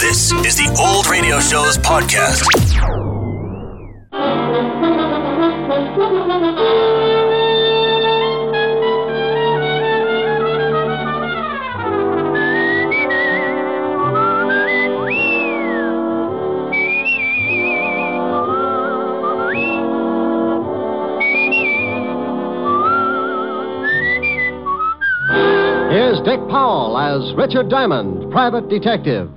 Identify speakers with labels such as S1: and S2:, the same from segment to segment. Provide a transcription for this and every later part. S1: This is the Old Radio Show's podcast.
S2: Here's Dick Powell as Richard Diamond, private detective.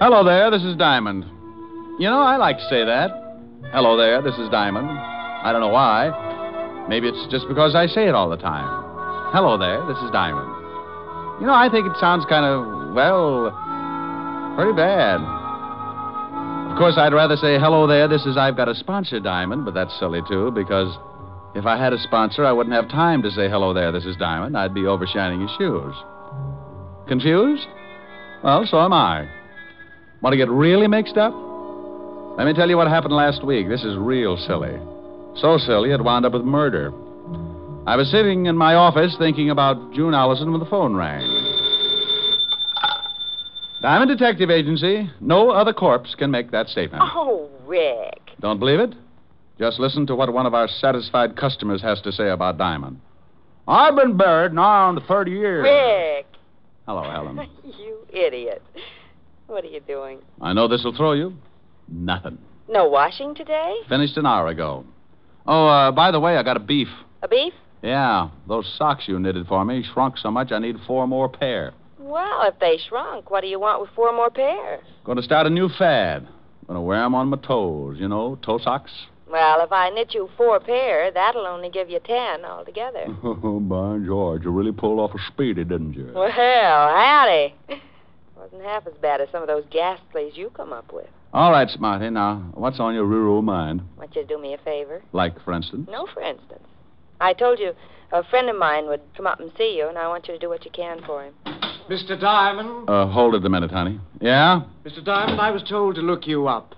S3: Hello there, this is Diamond. You know, I like to say that. Hello there, this is Diamond. I don't know why. Maybe it's just because I say it all the time. Hello there, this is Diamond. You know, I think it sounds kind of, well, pretty bad. Of course, I'd rather say, hello there, this is I've Got a Sponsor, Diamond, but that's silly, too, because if I had a sponsor, I wouldn't have time to say, hello there, this is Diamond. I'd be overshining his shoes. Confused? Well, so am I. Want to get really mixed up? Let me tell you what happened last week. This is real silly. So silly, it wound up with murder. I was sitting in my office thinking about June Allison when the phone rang. Diamond Detective Agency, no other corpse can make that statement.
S4: Oh, Rick.
S3: Don't believe it? Just listen to what one of our satisfied customers has to say about Diamond. I've been buried now on 30 years.
S4: Rick.
S3: Hello, Helen.
S4: you idiot. What are you doing?
S3: I know this will throw you. Nothing.
S4: No washing today?
S3: Finished an hour ago. Oh, uh, by the way, I got a beef.
S4: A beef?
S3: Yeah, those socks you knitted for me shrunk so much I need four more pair.
S4: Well, if they shrunk, what do you want with four more pairs?
S3: Gonna start a new fad. Gonna wear 'em on my toes, you know, toe socks.
S4: Well, if I knit you four pair, that'll only give you ten altogether.
S3: Oh, by George, you really pulled off a speedy, didn't you?
S4: well, howdy. Wasn't half as bad as some of those ghastlies you come up with.
S3: All right, Smarty, now, what's on your rural mind?
S4: Want you to do me a favor?
S3: Like, for instance?
S4: No, for instance. I told you a friend of mine would come up and see you, and I want you to do what you can for him.
S5: Mr. Diamond,
S3: Uh, hold it a minute, honey. Yeah?
S5: Mr. Diamond, I was told to look you up.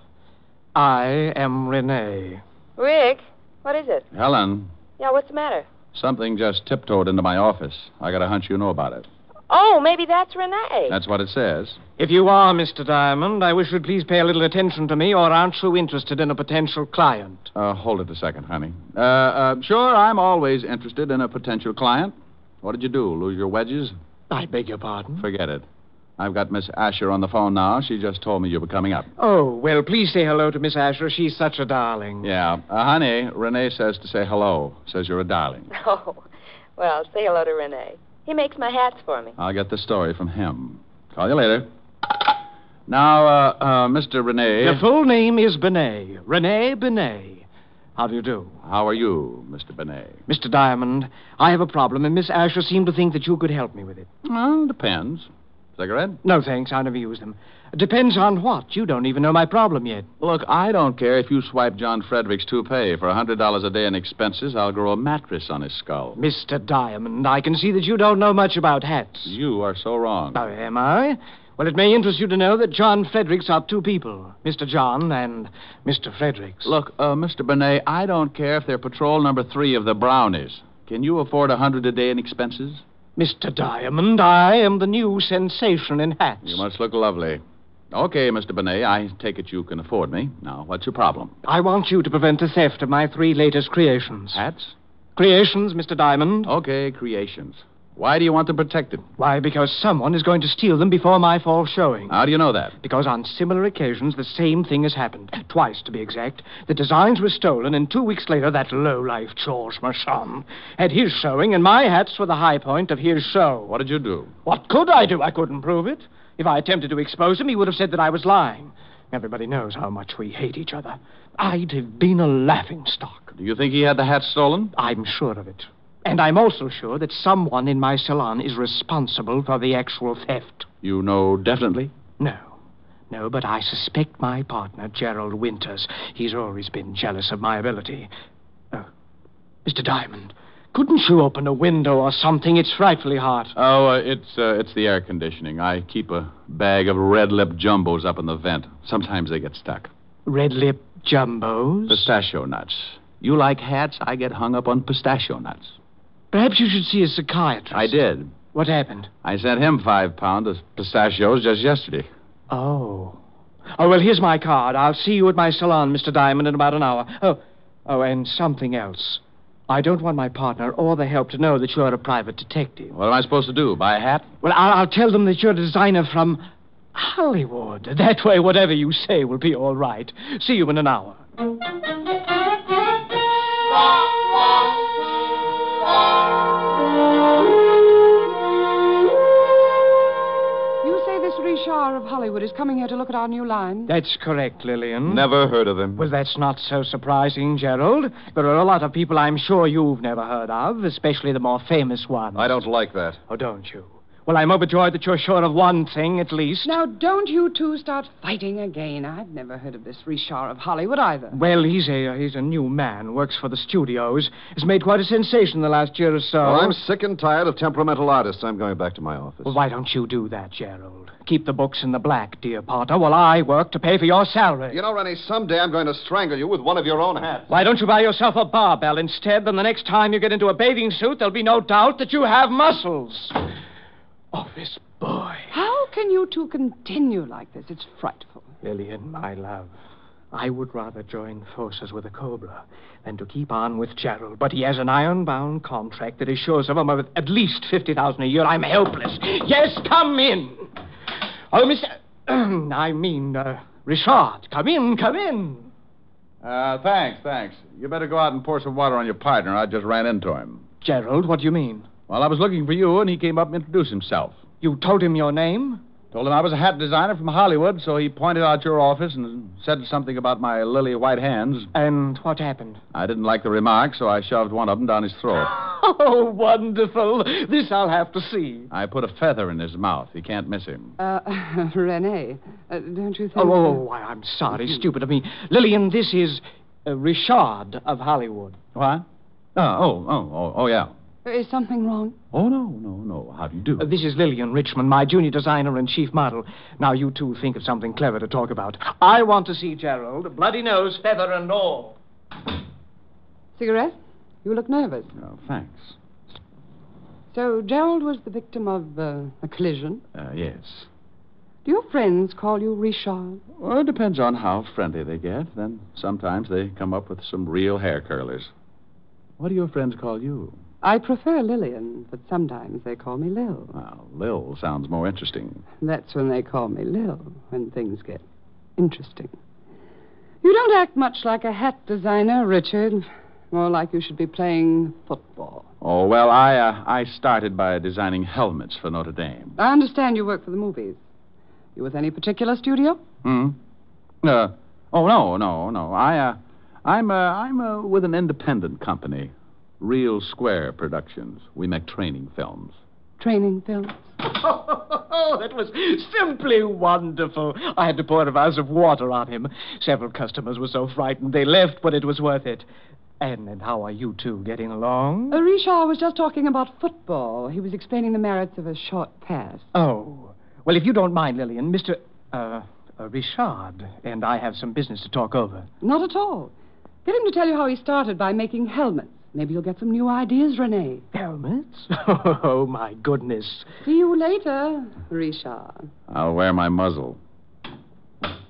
S5: I am Renee.
S4: Rick, what is it?
S3: Helen,
S4: Yeah, what's the matter?
S3: something just tiptoed into my office. I got a hunch you know about it.
S4: Oh, maybe that's Renee.
S3: That's what it says.
S5: If you are Mr. Diamond, I wish you'd please pay a little attention to me, or aren't you interested in a potential client?
S3: Uh, hold it a second, honey. Uh, uh, sure, I'm always interested in a potential client. What did you do? Lose your wedges?
S5: I beg your pardon.
S3: Forget it. I've got Miss Asher on the phone now. She just told me you were coming up.
S5: Oh, well, please say hello to Miss Asher. She's such a darling.
S3: Yeah. Uh, honey, Renee says to say hello. Says you're a darling.
S4: Oh, well, say hello to Renee. He makes my hats for me.
S3: I'll get the story from him. Call you later. Now, uh, uh, Mr. Renee.
S5: Your full name is Benet. Renee Benet. How do you do?
S3: How are you, Mr. Benet?
S5: Mr. Diamond, I have a problem, and Miss Asher seemed to think that you could help me with it.
S3: Well, depends. Cigarette?
S5: No, thanks. I never use them. Depends on what. You don't even know my problem yet.
S3: Look, I don't care if you swipe John Frederick's toupee for a $100 a day in expenses. I'll grow a mattress on his skull.
S5: Mr. Diamond, I can see that you don't know much about hats.
S3: You are so wrong.
S5: Now, am I? Well, it may interest you to know that John Fredericks are two people Mr. John and Mr. Fredericks.
S3: Look, uh, Mr. Benet, I don't care if they're patrol number three of the Brownies. Can you afford a hundred a day in expenses?
S5: Mr. Diamond, I am the new sensation in hats.
S3: You must look lovely. Okay, Mr. Benet, I take it you can afford me. Now, what's your problem?
S5: I want you to prevent the theft of my three latest creations.
S3: Hats?
S5: Creations, Mr. Diamond?
S3: Okay, creations. Why do you want them protected?
S5: Why, because someone is going to steal them before my fall showing.
S3: How do you know that?
S5: Because on similar occasions, the same thing has happened. Twice, to be exact. The designs were stolen, and two weeks later, that lowlife Georges Marchand had his showing, and my hats were the high point of his show.
S3: What did you do?
S5: What could I do? I couldn't prove it. If I attempted to expose him, he would have said that I was lying. Everybody knows how much we hate each other. I'd have been a laughing stock.
S3: Do you think he had the hat stolen?
S5: I'm sure of it. And I'm also sure that someone in my salon is responsible for the actual theft.
S3: You know definitely.
S5: No. No, but I suspect my partner, Gerald Winters. He's always been jealous of my ability. Oh, Mr. Diamond, couldn't you open a window or something? It's frightfully hot.
S3: Oh, uh, it's uh, it's the air conditioning. I keep a bag of red lip jumbos up in the vent. Sometimes they get stuck.
S5: Red lip jumbos?
S3: Pistachio nuts. You like hats, I get hung up on pistachio nuts.
S5: Perhaps you should see a psychiatrist.
S3: I did.
S5: What happened?
S3: I sent him five pounds of pistachios just yesterday.
S5: Oh. Oh, well, here's my card. I'll see you at my salon, Mr. Diamond, in about an hour. Oh, oh, and something else. I don't want my partner or the help to know that you're a private detective.
S3: What am I supposed to do? Buy a hat?
S5: Well, I'll, I'll tell them that you're a designer from Hollywood. That way, whatever you say will be all right. See you in an hour.
S6: You say this Richard of Hollywood is coming here to look at our new line?
S5: That's correct, Lillian.
S3: Never heard of him.
S5: Well, that's not so surprising, Gerald. There are a lot of people I'm sure you've never heard of, especially the more famous ones.
S3: I don't like that.
S5: Oh, don't you? Well, I'm overjoyed that you're sure of one thing, at least.
S6: Now, don't you two start fighting again. I've never heard of this Richard of Hollywood either.
S5: Well, he's a, he's a new man, works for the studios. Has made quite a sensation the last year or so.
S7: Well, I'm sick and tired of temperamental artists. I'm going back to my office.
S5: Well, why don't you do that, Gerald? Keep the books in the black, dear Potter, while I work to pay for your salary.
S7: You know, Rennie, someday I'm going to strangle you with one of your own hats.
S5: Why don't you buy yourself a barbell instead? Then the next time you get into a bathing suit, there'll be no doubt that you have muscles. Office boy.
S6: How can you two continue like this? It's frightful.
S5: Lillian, my love, I would rather join forces with a cobra than to keep on with Gerald. But he has an iron-bound contract that assures him of at least fifty thousand a year. I'm helpless. Yes, come in. Oh, Mister, I mean uh, Richard, come in, come in.
S3: Uh, thanks, thanks. You better go out and pour some water on your partner. I just ran into him.
S5: Gerald, what do you mean?
S3: Well, I was looking for you, and he came up and introduced himself.
S5: You told him your name?
S3: Told him I was a hat designer from Hollywood, so he pointed out your office and said something about my lily white hands.
S5: And what happened?
S3: I didn't like the remark, so I shoved one of them down his throat.
S5: Oh, wonderful. This I'll have to see.
S3: I put a feather in his mouth. He can't miss him.
S6: Uh, Rene, uh, don't you think...
S5: Oh, oh, oh, I- I'm sorry.
S3: Mm-hmm.
S5: Stupid of me. Lillian, this is uh, Richard of Hollywood.
S3: What? Oh, oh, oh, oh, oh, yeah.
S6: Is something wrong?
S3: Oh, no, no, no. How do you do?
S5: Uh, this is Lillian Richmond, my junior designer and chief model. Now, you two think of something clever to talk about. I want to see Gerald, bloody nose, feather, and all.
S6: Cigarette? You look nervous.
S3: Oh, thanks.
S6: So Gerald was the victim of uh, a collision.
S3: Uh, yes.
S6: Do your friends call you Richard?
S3: Well, it depends on how friendly they get. Then sometimes they come up with some real hair curlers. What do your friends call you?
S6: I prefer Lillian, but sometimes they call me Lil.
S3: Well, Lil sounds more interesting.
S6: That's when they call me Lil, when things get interesting. You don't act much like a hat designer, Richard. More like you should be playing football.
S3: Oh, well, I, uh, I started by designing helmets for Notre Dame.
S6: I understand you work for the movies. You with any particular studio?
S3: Hmm? Uh, oh, no, no, no. I, uh, I'm, uh, I'm uh, with an independent company, Real Square Productions. We make training films.
S6: Training films?
S5: Oh, that was simply wonderful. I had to pour a vase of water on him. Several customers were so frightened they left, but it was worth it. And, and how are you two getting along?
S6: Uh, Richard was just talking about football. He was explaining the merits of a short pass.
S5: Oh. Well, if you don't mind, Lillian, Mr. Uh, uh, Richard and I have some business to talk over.
S6: Not at all. Get him to tell you how he started by making helmets. Maybe you'll get some new ideas, Renee.
S5: Helmets? Oh, my goodness.
S6: See you later, Richard.
S3: I'll wear my muzzle.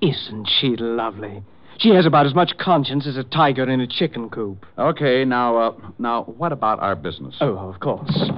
S5: Isn't she lovely? She has about as much conscience as a tiger in a chicken coop.
S3: Okay, now, uh, now, what about our business?
S5: Oh, of course.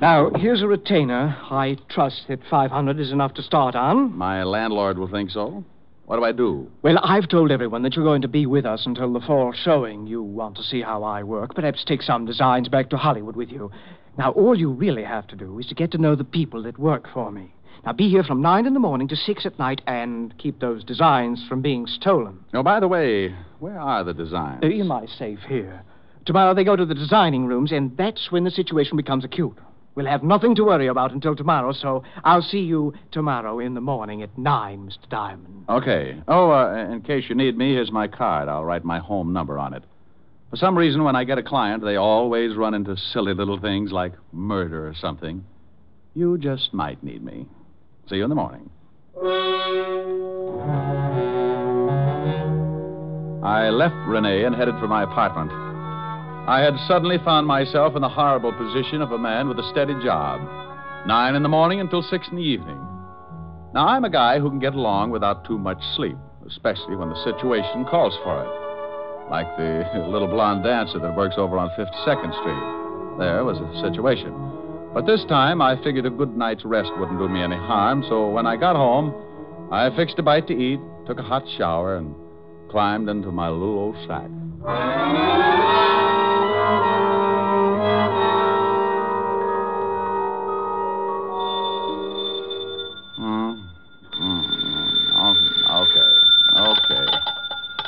S5: Now, here's a retainer. I trust that 500 is enough to start on.
S3: My landlord will think so. What do I do?
S5: Well, I've told everyone that you're going to be with us until the fall showing. You want to see how I work, perhaps take some designs back to Hollywood with you. Now, all you really have to do is to get to know the people that work for me. Now, be here from 9 in the morning to 6 at night and keep those designs from being stolen.
S3: Oh, by the way, where are the designs?
S5: Uh, In my safe here. Tomorrow they go to the designing rooms, and that's when the situation becomes acute. We'll have nothing to worry about until tomorrow, so I'll see you tomorrow in the morning at 9, Mr. Diamond.
S3: Okay. Oh, uh, in case you need me, here's my card. I'll write my home number on it. For some reason, when I get a client, they always run into silly little things like murder or something. You just might need me. See you in the morning. I left Renee and headed for my apartment. I had suddenly found myself in the horrible position of a man with a steady job. Nine in the morning until six in the evening. Now, I'm a guy who can get along without too much sleep, especially when the situation calls for it. Like the little blonde dancer that works over on 52nd Street. There was a situation. But this time, I figured a good night's rest wouldn't do me any harm, so when I got home, I fixed a bite to eat, took a hot shower, and climbed into my little old sack. Mm. Mm. Okay. Okay.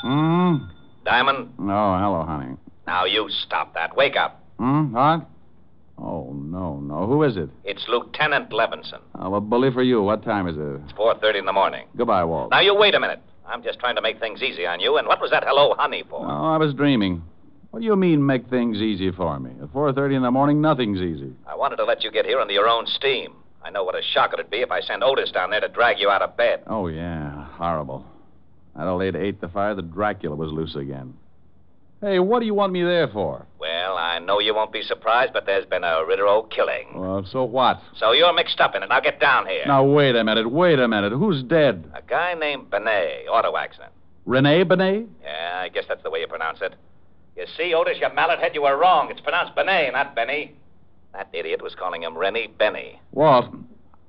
S3: Mm.
S8: Diamond,
S3: No, hello, honey.
S8: now you stop that. Wake up.
S3: Mm? What? Oh, no, no. Who is it?
S8: It's Lieutenant Levinson.
S3: Oh, a bully for you. What time is it?
S8: 4.30 in the morning.
S3: Goodbye, Walt.
S8: Now you wait a minute. I'm just trying to make things easy on you. And what was that hello honey for?
S3: Oh, I was dreaming. What do you mean, make things easy for me? At 4.30 in the morning, nothing's easy.
S8: I wanted to let you get here under your own steam. I know what a shock it'd be if I sent Otis down there to drag you out of bed.
S3: Oh, yeah, horrible. That old lady ate the fire that Dracula was loose again. Hey, what do you want me there for?
S8: Well, I know you won't be surprised, but there's been a Ritero killing.
S3: Well, so what?
S8: So you're mixed up in it. Now get down here.
S3: Now, wait a minute, wait a minute. Who's dead?
S8: A guy named Benet, auto accident.
S3: Renee Benet?
S8: Yeah, I guess that's the way you pronounce it. You see, Otis, you mallet head, you were wrong. It's pronounced Benet, not Benny. That idiot was calling him Rennie Benny.
S3: Walt,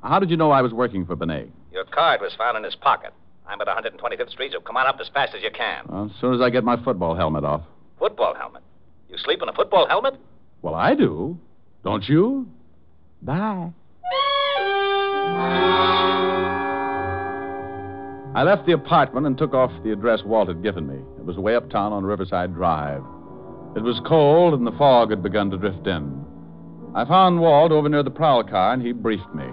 S3: how did you know I was working for Benet?
S8: Your card was found in his pocket. I'm at 125th Street, so come on up as fast as you can.
S3: Well, as soon as I get my football helmet off.
S8: Football helmet. You sleep in a football helmet?
S3: Well, I do. Don't you? Bye. I left the apartment and took off the address Walt had given me. It was way uptown on Riverside Drive. It was cold, and the fog had begun to drift in. I found Walt over near the prowl car, and he briefed me.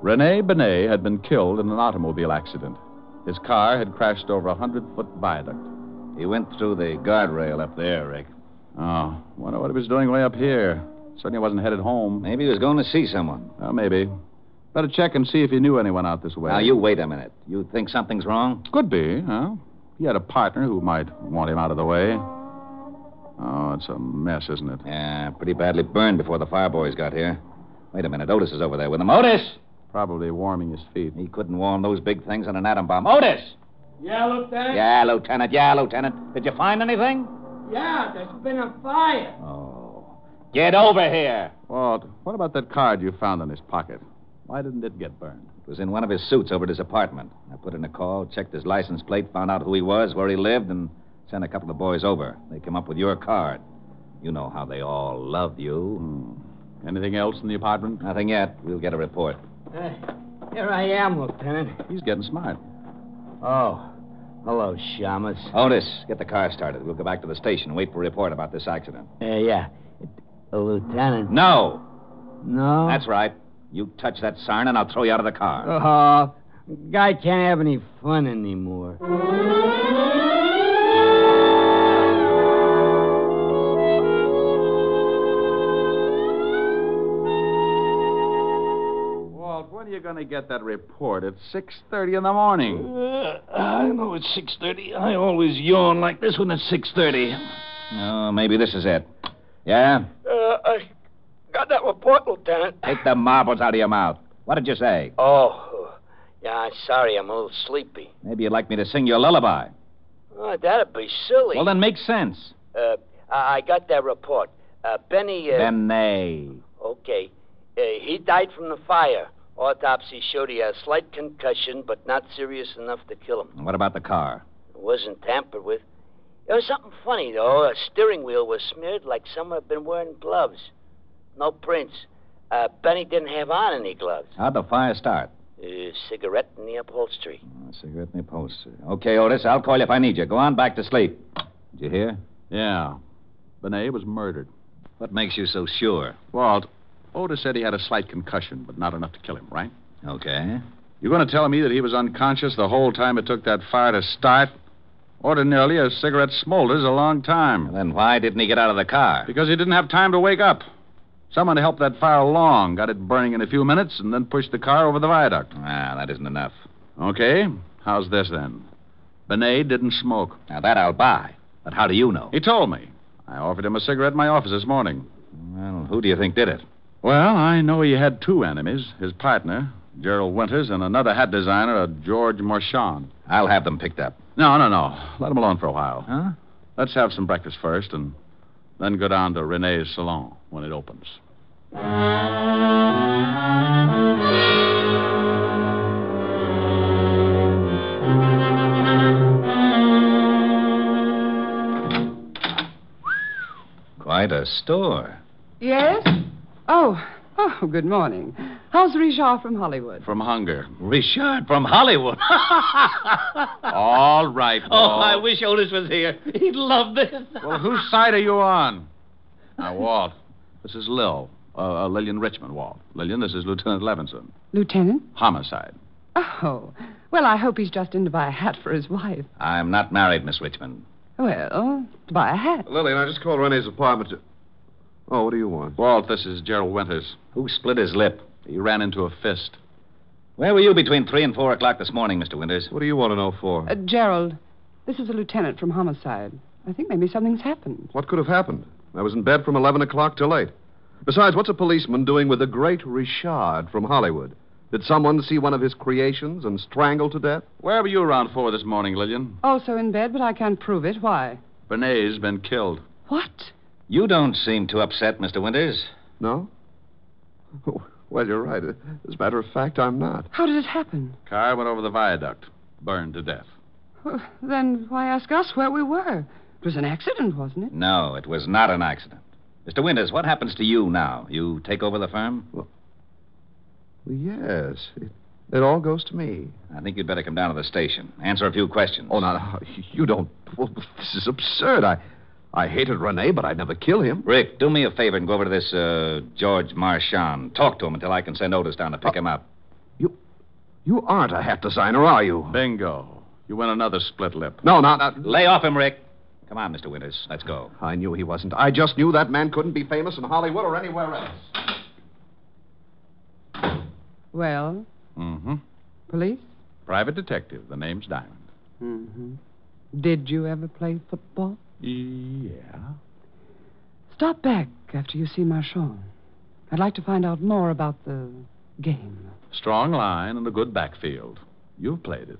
S3: Rene Benet had been killed in an automobile accident. His car had crashed over a hundred foot viaduct.
S9: He went through the guardrail up there, Rick.
S3: Oh, wonder what he was doing way up here. Certainly wasn't headed home.
S9: Maybe he was going to see someone.
S3: Well, maybe. Better check and see if he knew anyone out this way.
S9: Now, you wait a minute. You think something's wrong?
S3: Could be, huh? He had a partner who might want him out of the way. Oh, it's a mess, isn't it?
S9: Yeah, pretty badly burned before the fire boys got here. Wait a minute. Otis is over there with him. Otis!
S3: Probably warming his feet.
S9: He couldn't warm those big things on an atom bomb. Otis!
S5: Yeah, Lieutenant?
S9: Yeah, Lieutenant. Yeah, Lieutenant. Did you find anything?
S5: Yeah, there's been a fire.
S9: Oh. Get over here!
S3: Walt, what about that card you found in his pocket? Why didn't it get burned?
S9: It was in one of his suits over at his apartment. I put in a call, checked his license plate, found out who he was, where he lived, and sent a couple of boys over. They came up with your card. You know how they all love you.
S3: Hmm. Anything else in the apartment?
S9: Nothing yet. We'll get a report.
S5: here I am, Lieutenant.
S3: He's getting smart.
S5: Oh, hello, Shamus.
S9: Otis, get the car started. We'll go back to the station and wait for a report about this accident.
S5: Uh, yeah. Lieutenant.
S9: No!
S5: No?
S9: That's right. You touch that siren, and I'll throw you out of the car.
S5: Oh, guy can't have any fun anymore.
S3: Walt, when are you going to get that report? It's 6.30 in the morning.
S8: Uh, I know it's 6.30. I always yawn like this when it's 6.30.
S9: Oh, maybe this is it. Yeah?
S8: Uh, I got that report, Lieutenant.
S9: Take the marbles out of your mouth. What did you say?
S8: Oh, yeah, I'm sorry. I'm a little sleepy.
S9: Maybe you'd like me to sing you a lullaby.
S8: Oh, that'd be silly.
S9: Well, then make sense.
S8: Uh, I I got that report. Uh, Benny. Uh,
S9: Then they.
S8: Okay. Uh, he died from the fire. Autopsy showed he had a slight concussion, but not serious enough to kill him.
S9: And What about the car?
S8: It wasn't tampered with. There was something funny, though. A steering wheel was smeared like someone had been wearing gloves. No prints. Uh, Benny didn't have on any gloves.
S9: How'd the fire start?
S8: Uh, cigarette in the upholstery.
S9: A cigarette in the poster. Okay, Otis, I'll call you if I need you. Go on back to sleep. Did you hear?
S3: Yeah. Benet was murdered.
S9: What makes you so sure?
S3: Walt, Otis said he had a slight concussion, but not enough to kill him, right?
S9: Okay.
S3: You're going to tell me that he was unconscious the whole time it took that fire to start? Ordinarily, a cigarette smolders a long time
S9: Then why didn't he get out of the car?
S3: because he didn't have time to wake up. Someone helped that fire along, got it burning in a few minutes, and then pushed the car over the viaduct.
S9: Ah, that isn't enough.
S3: Okay, how's this then? Benet didn't smoke.
S9: Now, that I'll buy. But how do you know?
S3: He told me. I offered him a cigarette in my office this morning.
S9: Well, who do you think did it?
S3: Well, I know he had two enemies his partner, Gerald Winters, and another hat designer, a George Marchand.
S9: I'll have them picked up.
S3: No, no, no. Let him alone for a while.
S9: Huh?
S3: Let's have some breakfast first and then go down to Renee's salon when it opens.
S9: Quite a store.
S6: Yes? Oh, oh, good morning. How's Richard from Hollywood?
S3: From hunger.
S9: Richard from Hollywood.
S3: All right, Walt.
S9: Oh, wish Otis was here. He'd love this.
S3: Well, whose side are you on? Now, Walt, this is Lil. Uh, uh, Lillian Richmond, Walt. Lillian, this is Lieutenant Levinson.
S6: Lieutenant?
S3: Homicide.
S6: Oh, well, I hope he's just in to buy a hat for his wife.
S9: I'm not married, Miss Richmond.
S6: Well, to buy a hat.
S7: Lillian, I just called Renee's apartment to. Oh, what do you want?
S3: Walt, this is Gerald Winters.
S9: Who split his lip?
S3: He ran into a fist.
S9: Where were you between three and four o'clock this morning, Mr. Winters?
S7: What do you want oh to know for?
S6: Uh, Gerald, this is a lieutenant from homicide. I think maybe something's happened.
S7: What could have happened? I was in bed from 11 o'clock till 8. Besides, what's a policeman doing with the great Richard from Hollywood? Did someone see one of his creations and strangle to death?
S3: Where were you around four this morning, Lillian?
S6: Also in bed, but I can't prove it. Why?
S3: Renee's been killed.
S6: What?
S9: You don't seem too upset, Mr. Winters.
S7: No? Well, you're right. As a matter of fact, I'm not.
S6: How did it happen?
S3: Car went over the viaduct, burned to death.
S6: Well, then why ask us where we were? It was an accident, wasn't it?
S9: No, it was not an accident. Mr. Winters, what happens to you now? You take over the firm?
S7: Yes. It, it all goes to me.
S9: I think you'd better come down to the station. Answer a few questions.
S7: Oh, no, no, you don't. Well, this is absurd. I, I hated Renee, but I'd never kill him.
S9: Rick, do me a favor and go over to this uh, George Marchand. Talk to him until I can send Otis down to pick him up.
S7: Uh, You aren't a hat designer, are you?
S3: Bingo. You win another split lip.
S7: No, not, not.
S9: Lay off him, Rick. Come on, Mr. Winters. Let's go.
S7: I knew he wasn't. I just knew that man couldn't be famous in Hollywood or anywhere else.
S6: Well,
S3: Mm-hmm.
S6: police?
S3: Private detective. The name's Diamond.
S6: Mm-hmm. Did you ever play football?
S3: Yeah.
S6: Stop back after you see Marchand. I'd like to find out more about the game.
S3: Strong line and a good backfield. You've played it.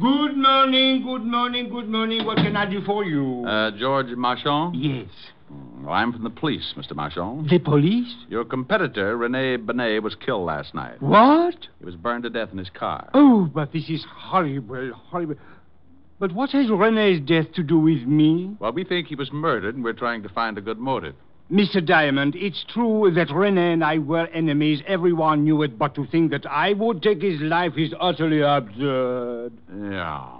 S10: Good morning, good morning, good morning. What can I do for you?
S3: Uh, George Marchand?
S5: Yes.
S3: Mm, well, I'm from the police, Mr. Marchand.
S5: The police?
S3: Your competitor, Rene Benet, was killed last night.
S5: What?
S3: He was burned to death in his car.
S10: oh, but this is horrible, horrible. But what has Renee's death to do with me?
S3: Well, we think he was murdered, and we're trying to find a good motive.
S10: Mr. Diamond, it's true that Renee and I were enemies. Everyone knew it, but to think that I would take his life is utterly absurd.
S3: Yeah.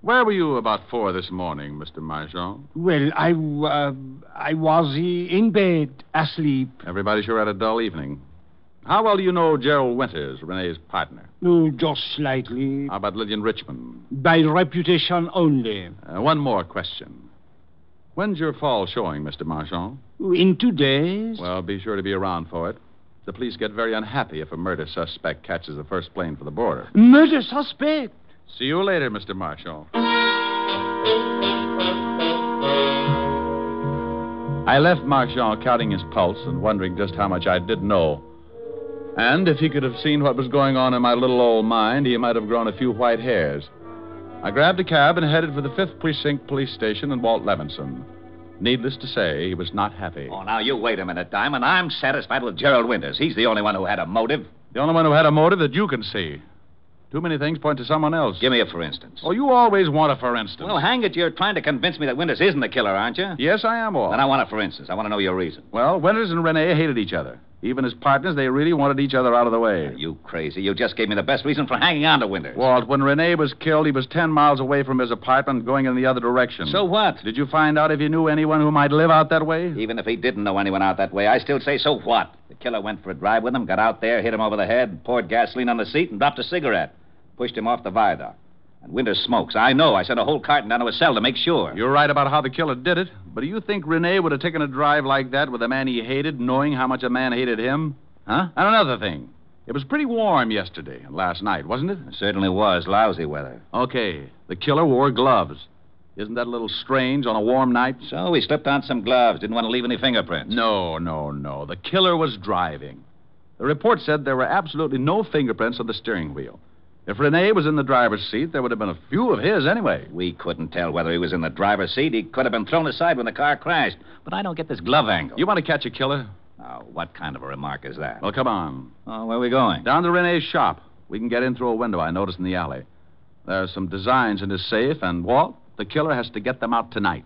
S3: Where were you about four this morning, Mr. Marchand?
S10: Well, I, w- uh, I was uh, in bed, asleep.
S3: Everybody sure had a dull evening. How well do you know Gerald Winters, Renee's partner?
S10: Oh, just slightly.
S3: How about Lillian Richmond?
S10: By reputation only.
S3: Uh, one more question. When's your fall showing, Mr. Marchand?
S10: In two days?
S3: Well, be sure to be around for it. The police get very unhappy if a murder suspect catches the first plane for the border.
S10: Murder suspect.
S3: See you later, Mr. Marshall. I left Marchand counting his pulse and wondering just how much I did know. And if he could have seen what was going on in my little old mind, he might have grown a few white hairs. I grabbed a cab and headed for the 5th Precinct Police Station and Walt Levinson. Needless to say, he was not happy.
S9: Oh, now you wait a minute, Diamond. I'm satisfied with Gerald Winters. He's the only one who had a motive.
S3: The only one who had a motive that you can see. Too many things point to someone else.
S9: Give me a for instance.
S3: Oh, you always want a for instance.
S9: well, hang it, you're trying to convince me that Winters isn't the killer, aren't you?
S3: yes, I am all.
S9: Then I want a for instance. I want to know your reason.
S3: Well, Winters and Renee hated each other. Even as partners, they really wanted each other out of the
S9: Are
S3: way.
S9: you crazy? You just gave me the best reason for hanging on to Winters.
S3: Walt, when Renee was killed, he was ten miles away from his apartment, going in the other direction.
S9: So what?
S3: Did you find out if you knew anyone who might live out that way?
S9: Even if he didn't know anyone out that way, I still say, so what? The killer went for a drive with him, got out there, hit him over the head, poured gasoline on the seat, and dropped a cigarette. Pushed him off the viaduct. And Winters smokes. I know. I sent a whole carton down to his cell to make sure.
S3: You're right about how the killer did it, but do you think Rene would have taken a drive like that with a man he hated, knowing how much a man hated him? Huh? And another thing. It was pretty warm yesterday and last night, wasn't it? It
S9: certainly was. Lousy weather.
S3: Okay. The killer wore gloves. Isn't that a little strange on a warm night?
S9: So he slipped on some gloves. Didn't want to leave any fingerprints.
S3: No, no, no. The killer was driving. The report said there were absolutely no fingerprints on the steering wheel. If Rene was in the driver's seat, there would have been a few of his anyway.
S9: We couldn't tell whether he was in the driver's seat. He could have been thrown aside when the car crashed. But I don't get this glove angle.
S3: You want to catch a killer?
S9: Now, what kind of a remark is that?
S3: Well, come on.
S9: Oh, where are we going?
S3: Down to Rene's shop. We can get in through a window I noticed in the alley. There are some designs in his safe, and Walt, the killer has to get them out tonight.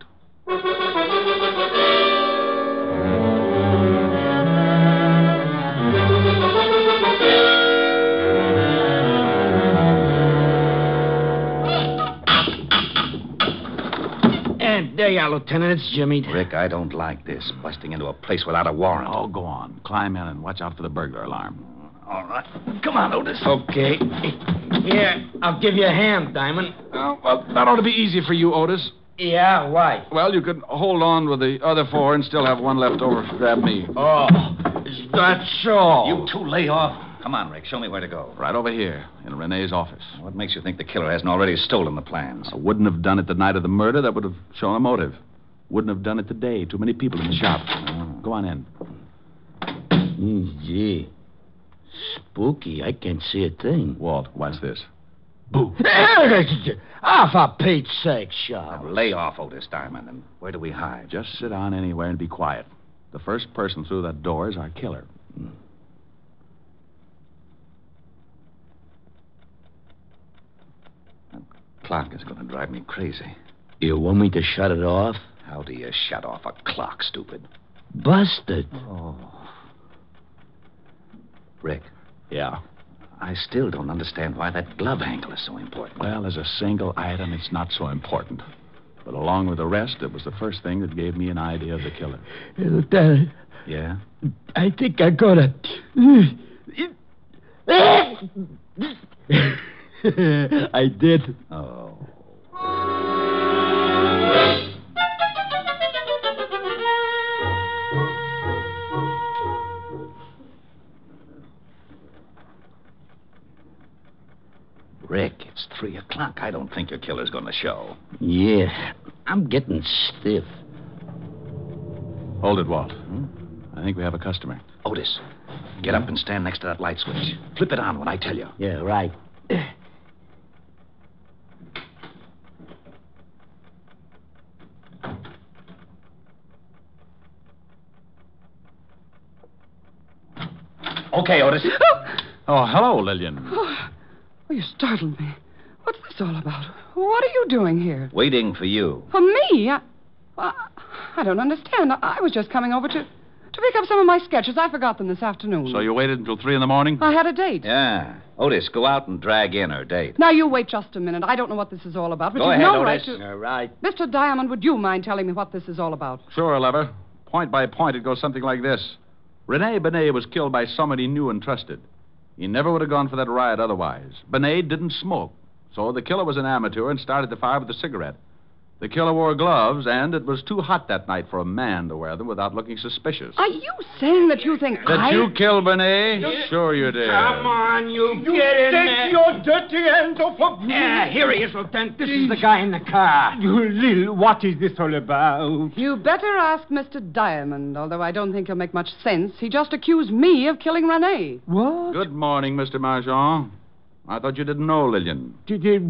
S11: And there you are, Lieutenant. It's Jimmy.
S9: Rick, I don't like this. Busting into a place without a warrant.
S3: Oh, go on. Climb in and watch out for the burglar alarm.
S11: All right. Come on, Otis.
S10: Oh,
S11: Okay. Here, I'll give you a hand, Diamond.
S3: Oh, well, that ought to be easy for you, Otis.
S11: Yeah, why?
S3: Well, you could hold on with the other four and still have one left over to grab me.
S11: Oh, is that so?
S9: You two lay off. Come on, Rick. Show me where to go.
S3: Right over here, in Renee's office.
S9: What makes you think the killer hasn't already stolen the plans?
S3: I wouldn't have done it the night of the murder. That would have shown a motive. Wouldn't have done it today. Too many people in the shop.
S9: Ah.
S3: Oh. Go on in.
S11: Mm, gee. Spooky. I can't see a thing.
S3: Walt, what's this?
S11: Boo. Off Ah, for Pete's sake, Shaw.
S9: Now lay off, Otis Diamond. And where do we hide?
S3: Just sit down anywhere and be quiet. The first person through that door is our killer. Mm.
S9: That clock is going to drive me crazy.
S11: You want me to shut it off?
S9: How do you shut off a clock, stupid?
S11: Busted.
S9: Oh. Rick.
S3: Yeah.
S9: I still don't understand why that glove angle is so important.
S3: Well, as a single item, it's not so important. But along with the rest, it was the first thing that gave me an idea of the killer.
S11: Lieutenant.
S3: Yeah?
S11: Uh, I think I got it. I did.
S9: Oh. Rick, it's three o'clock. I don't think your killer's going to show.
S11: Yeah, I'm getting stiff.
S3: Hold it, Walt. Hmm? I think we have a customer.
S9: Otis, get up and stand next to that light switch. Flip it on when I tell you.
S11: Yeah, right.
S9: okay, Otis.
S3: oh, hello, Lillian.
S6: Well, Oh, you startled me. What's this all about? What are you doing here?
S9: Waiting for you.
S6: For me? I, I, I don't understand. I, I, was just coming over to, to pick up some of my sketches. I forgot them this afternoon.
S3: So you waited until three in the morning?
S6: I had a date.
S9: Yeah. Otis, go out and drag in her date.
S6: Now you wait just a minute. I don't know what this is all about, but
S9: go
S6: you
S9: ahead,
S6: know
S9: Otis.
S6: right to.
S11: All right.
S6: Mr. Diamond, would you mind telling me what this is all about?
S3: Sure, lover. Point by point, it goes something like this. Rene Benet was killed by someone he knew and trusted. He never would have gone for that riot otherwise. Benet didn't smoke, so the killer was an amateur and started the fire with a cigarette. The killer wore gloves, and it was too hot that night for a man to wear them without looking
S11: Oh,
S3: suspicious.
S6: Are you saying that you think
S3: that
S6: I...
S3: you killed Benet? Yeah. Sure you did.
S11: Come on, you,
S10: you
S11: get in
S10: take
S11: there.
S10: your dirty hands off of me.
S11: Yeah, here he is, Lieutenant. This is the guy in the car.
S10: You Lil, what is this all about?
S6: You better ask Mr. Diamond, although I don't think he'll make much sense. He just accused me of killing Renee.
S10: What?
S3: Good morning, Mr. Marchand. I thought you didn't know Lillian.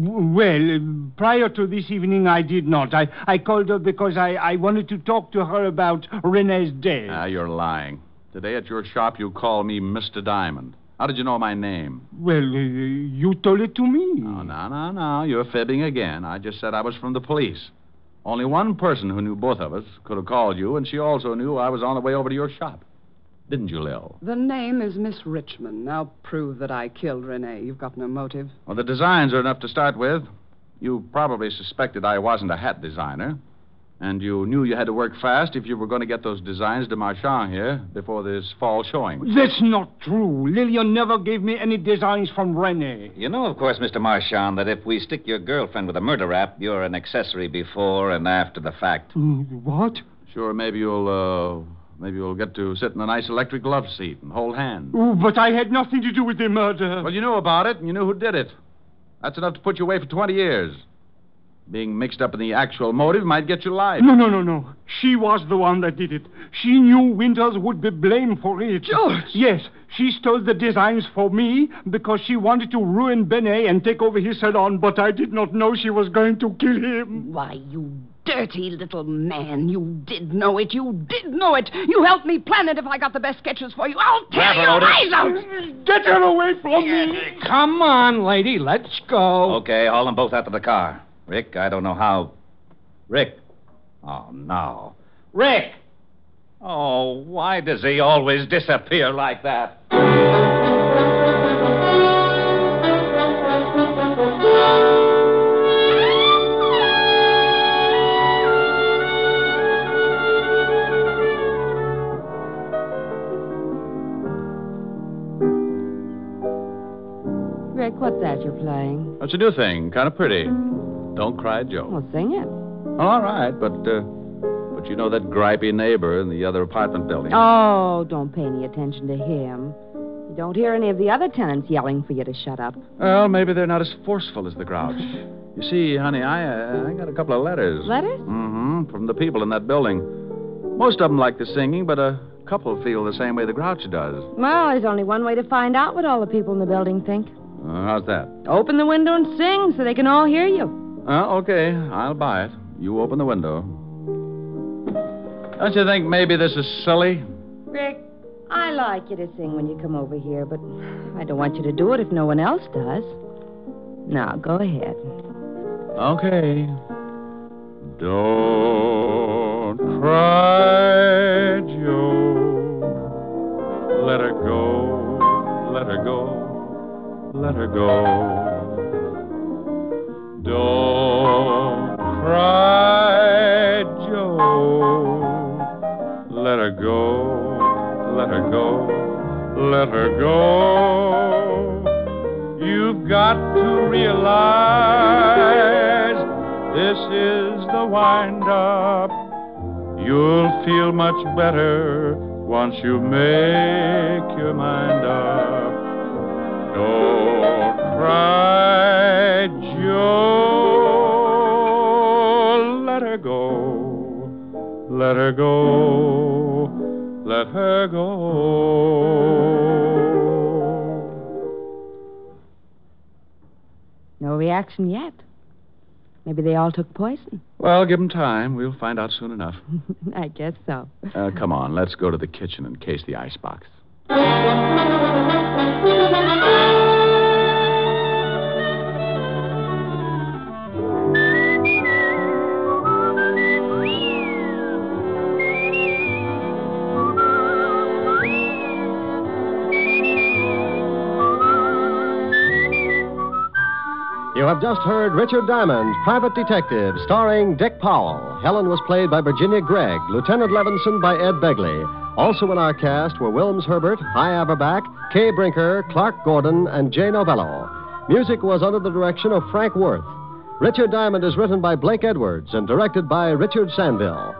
S10: Well, prior to this evening, I did not. I, I called her because I, I wanted to talk to her about Renee's death.
S3: Ah, you're lying. Today at your shop, you called me Mr. Diamond. How did you know my name?
S10: Well, uh, you told it to me.
S3: No, no, no, no. You're fibbing again. I just said I was from the police. Only one person who knew both of us could have called you, and she also knew I was on the way over to your shop. Didn't you, Lil?
S6: The name is Miss Richmond. Now prove that I killed Renee. You've got no motive.
S3: Well, the designs are enough to start with. You probably suspected I wasn't a hat designer. And you knew you had to work fast if you were going to get those designs to Marchand here before this fall showing.
S10: That's not true. Lillian never gave me any designs from Rene.
S9: You know, of course, Mr. Marchand, that if we stick your girlfriend with a murder rap, you're an accessory before and after the fact.
S10: Mm, What?
S3: Sure, maybe you'll, uh, maybe you'll get to sit in a nice electric love seat and hold hands.
S10: Oh, but I had nothing to do with the murder.
S3: Well, you knew about it, and you knew who did it. That's enough to put you away for 20 years. Being mixed up in the actual motive might get you life.
S10: No, no, no, no. She was the one that did it. She knew Winters would be blamed for it. George! Yes, she stole the designs for me because she wanted to ruin Benet and take over his salon, but I did not know she was going to kill him.
S6: Why, you dirty little man. You did know it. You did know it. You helped me plan it if I got the best sketches for you. I'll tear
S9: Grab her,
S6: your
S9: Otis.
S6: eyes out.
S10: Get her away from me.
S5: Come on, lady, let's go.
S9: Okay, haul them both out to the car. Rick, I don't know how. Rick. Oh, no. Rick! Oh, why does he always disappear like that?
S12: Rick, what's that you're playing?
S3: That's a new thing, kind of pretty. Don't cry, Joe.
S12: Well, sing it.
S3: Well, all right, but uh, but you know that gripey neighbor in the other apartment building.
S10: Uh.
S12: Oh, don't pay any attention to him. You don't hear any of the other tenants yelling for you to shut up.
S3: Well, maybe they're not as forceful as the Grouch. You see, honey, I uh, I got a couple of letters.
S12: Letters?
S3: Mm-hmm. From the people in that building. Most of them like the singing, but a couple feel the same way the Grouch does.
S12: Well, there's only one way to find out what all the people in the building think.
S3: Uh, how's that?
S12: Open the window and sing so they can all hear you.
S3: Uh, okay, I'll buy it. You open the window. Don't you think maybe this is silly?
S12: Rick, I like you to sing when you come over here, but I don't want you to do it if no one else does. Now, go ahead.
S3: Okay. Don't cry, Joe. Let her go. Let her go. Let her go. Don't cry, Joe. Let her go. Let her go. Let her go. You've got to realize this is the wind up. You'll feel much better once you make your mind up. Don't cry,
S10: Oh,
S3: Joe. Let her go. Let her go. Let her go.
S12: No reaction yet. Maybe they all took poison.
S3: Well, give 'em time. We'll find out soon enough.
S12: I guess so.
S3: Uh, come on, let's go to the kitchen and case the icebox.
S2: You have just heard Richard Diamond, Private Detective, starring Dick Powell. Helen was played by Virginia Gregg, Lieutenant Levinson by Ed Begley. Also in our cast were Wilms Herbert, High Averback, Kay Brinker, Clark Gordon, and Jay Novello. Music was under the direction of Frank Worth. Richard Diamond is written by Blake Edwards and directed by Richard Sandville.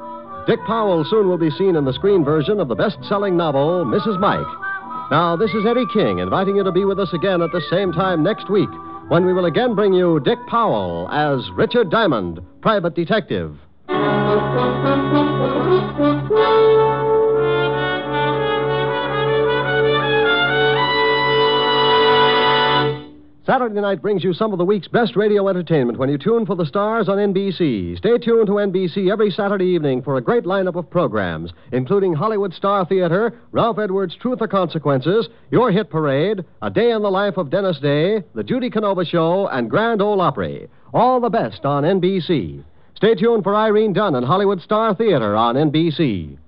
S2: Dick Powell soon will be seen in the screen version of the best selling novel, Mrs. Mike. Now, this is Eddie King inviting you to be with us again at the same time next week when we will again bring you Dick Powell as Richard Diamond, private detective. Saturday night brings you some of the week's best radio entertainment when you tune for the stars on NBC. Stay tuned to NBC every Saturday evening for a great lineup of programs, including Hollywood Star Theater, Ralph Edwards' Truth or Consequences, Your Hit Parade, A Day in the Life of Dennis Day, The Judy Canova Show, and Grand Ole Opry. All the best on NBC. Stay tuned for Irene Dunn and Hollywood Star Theater on NBC.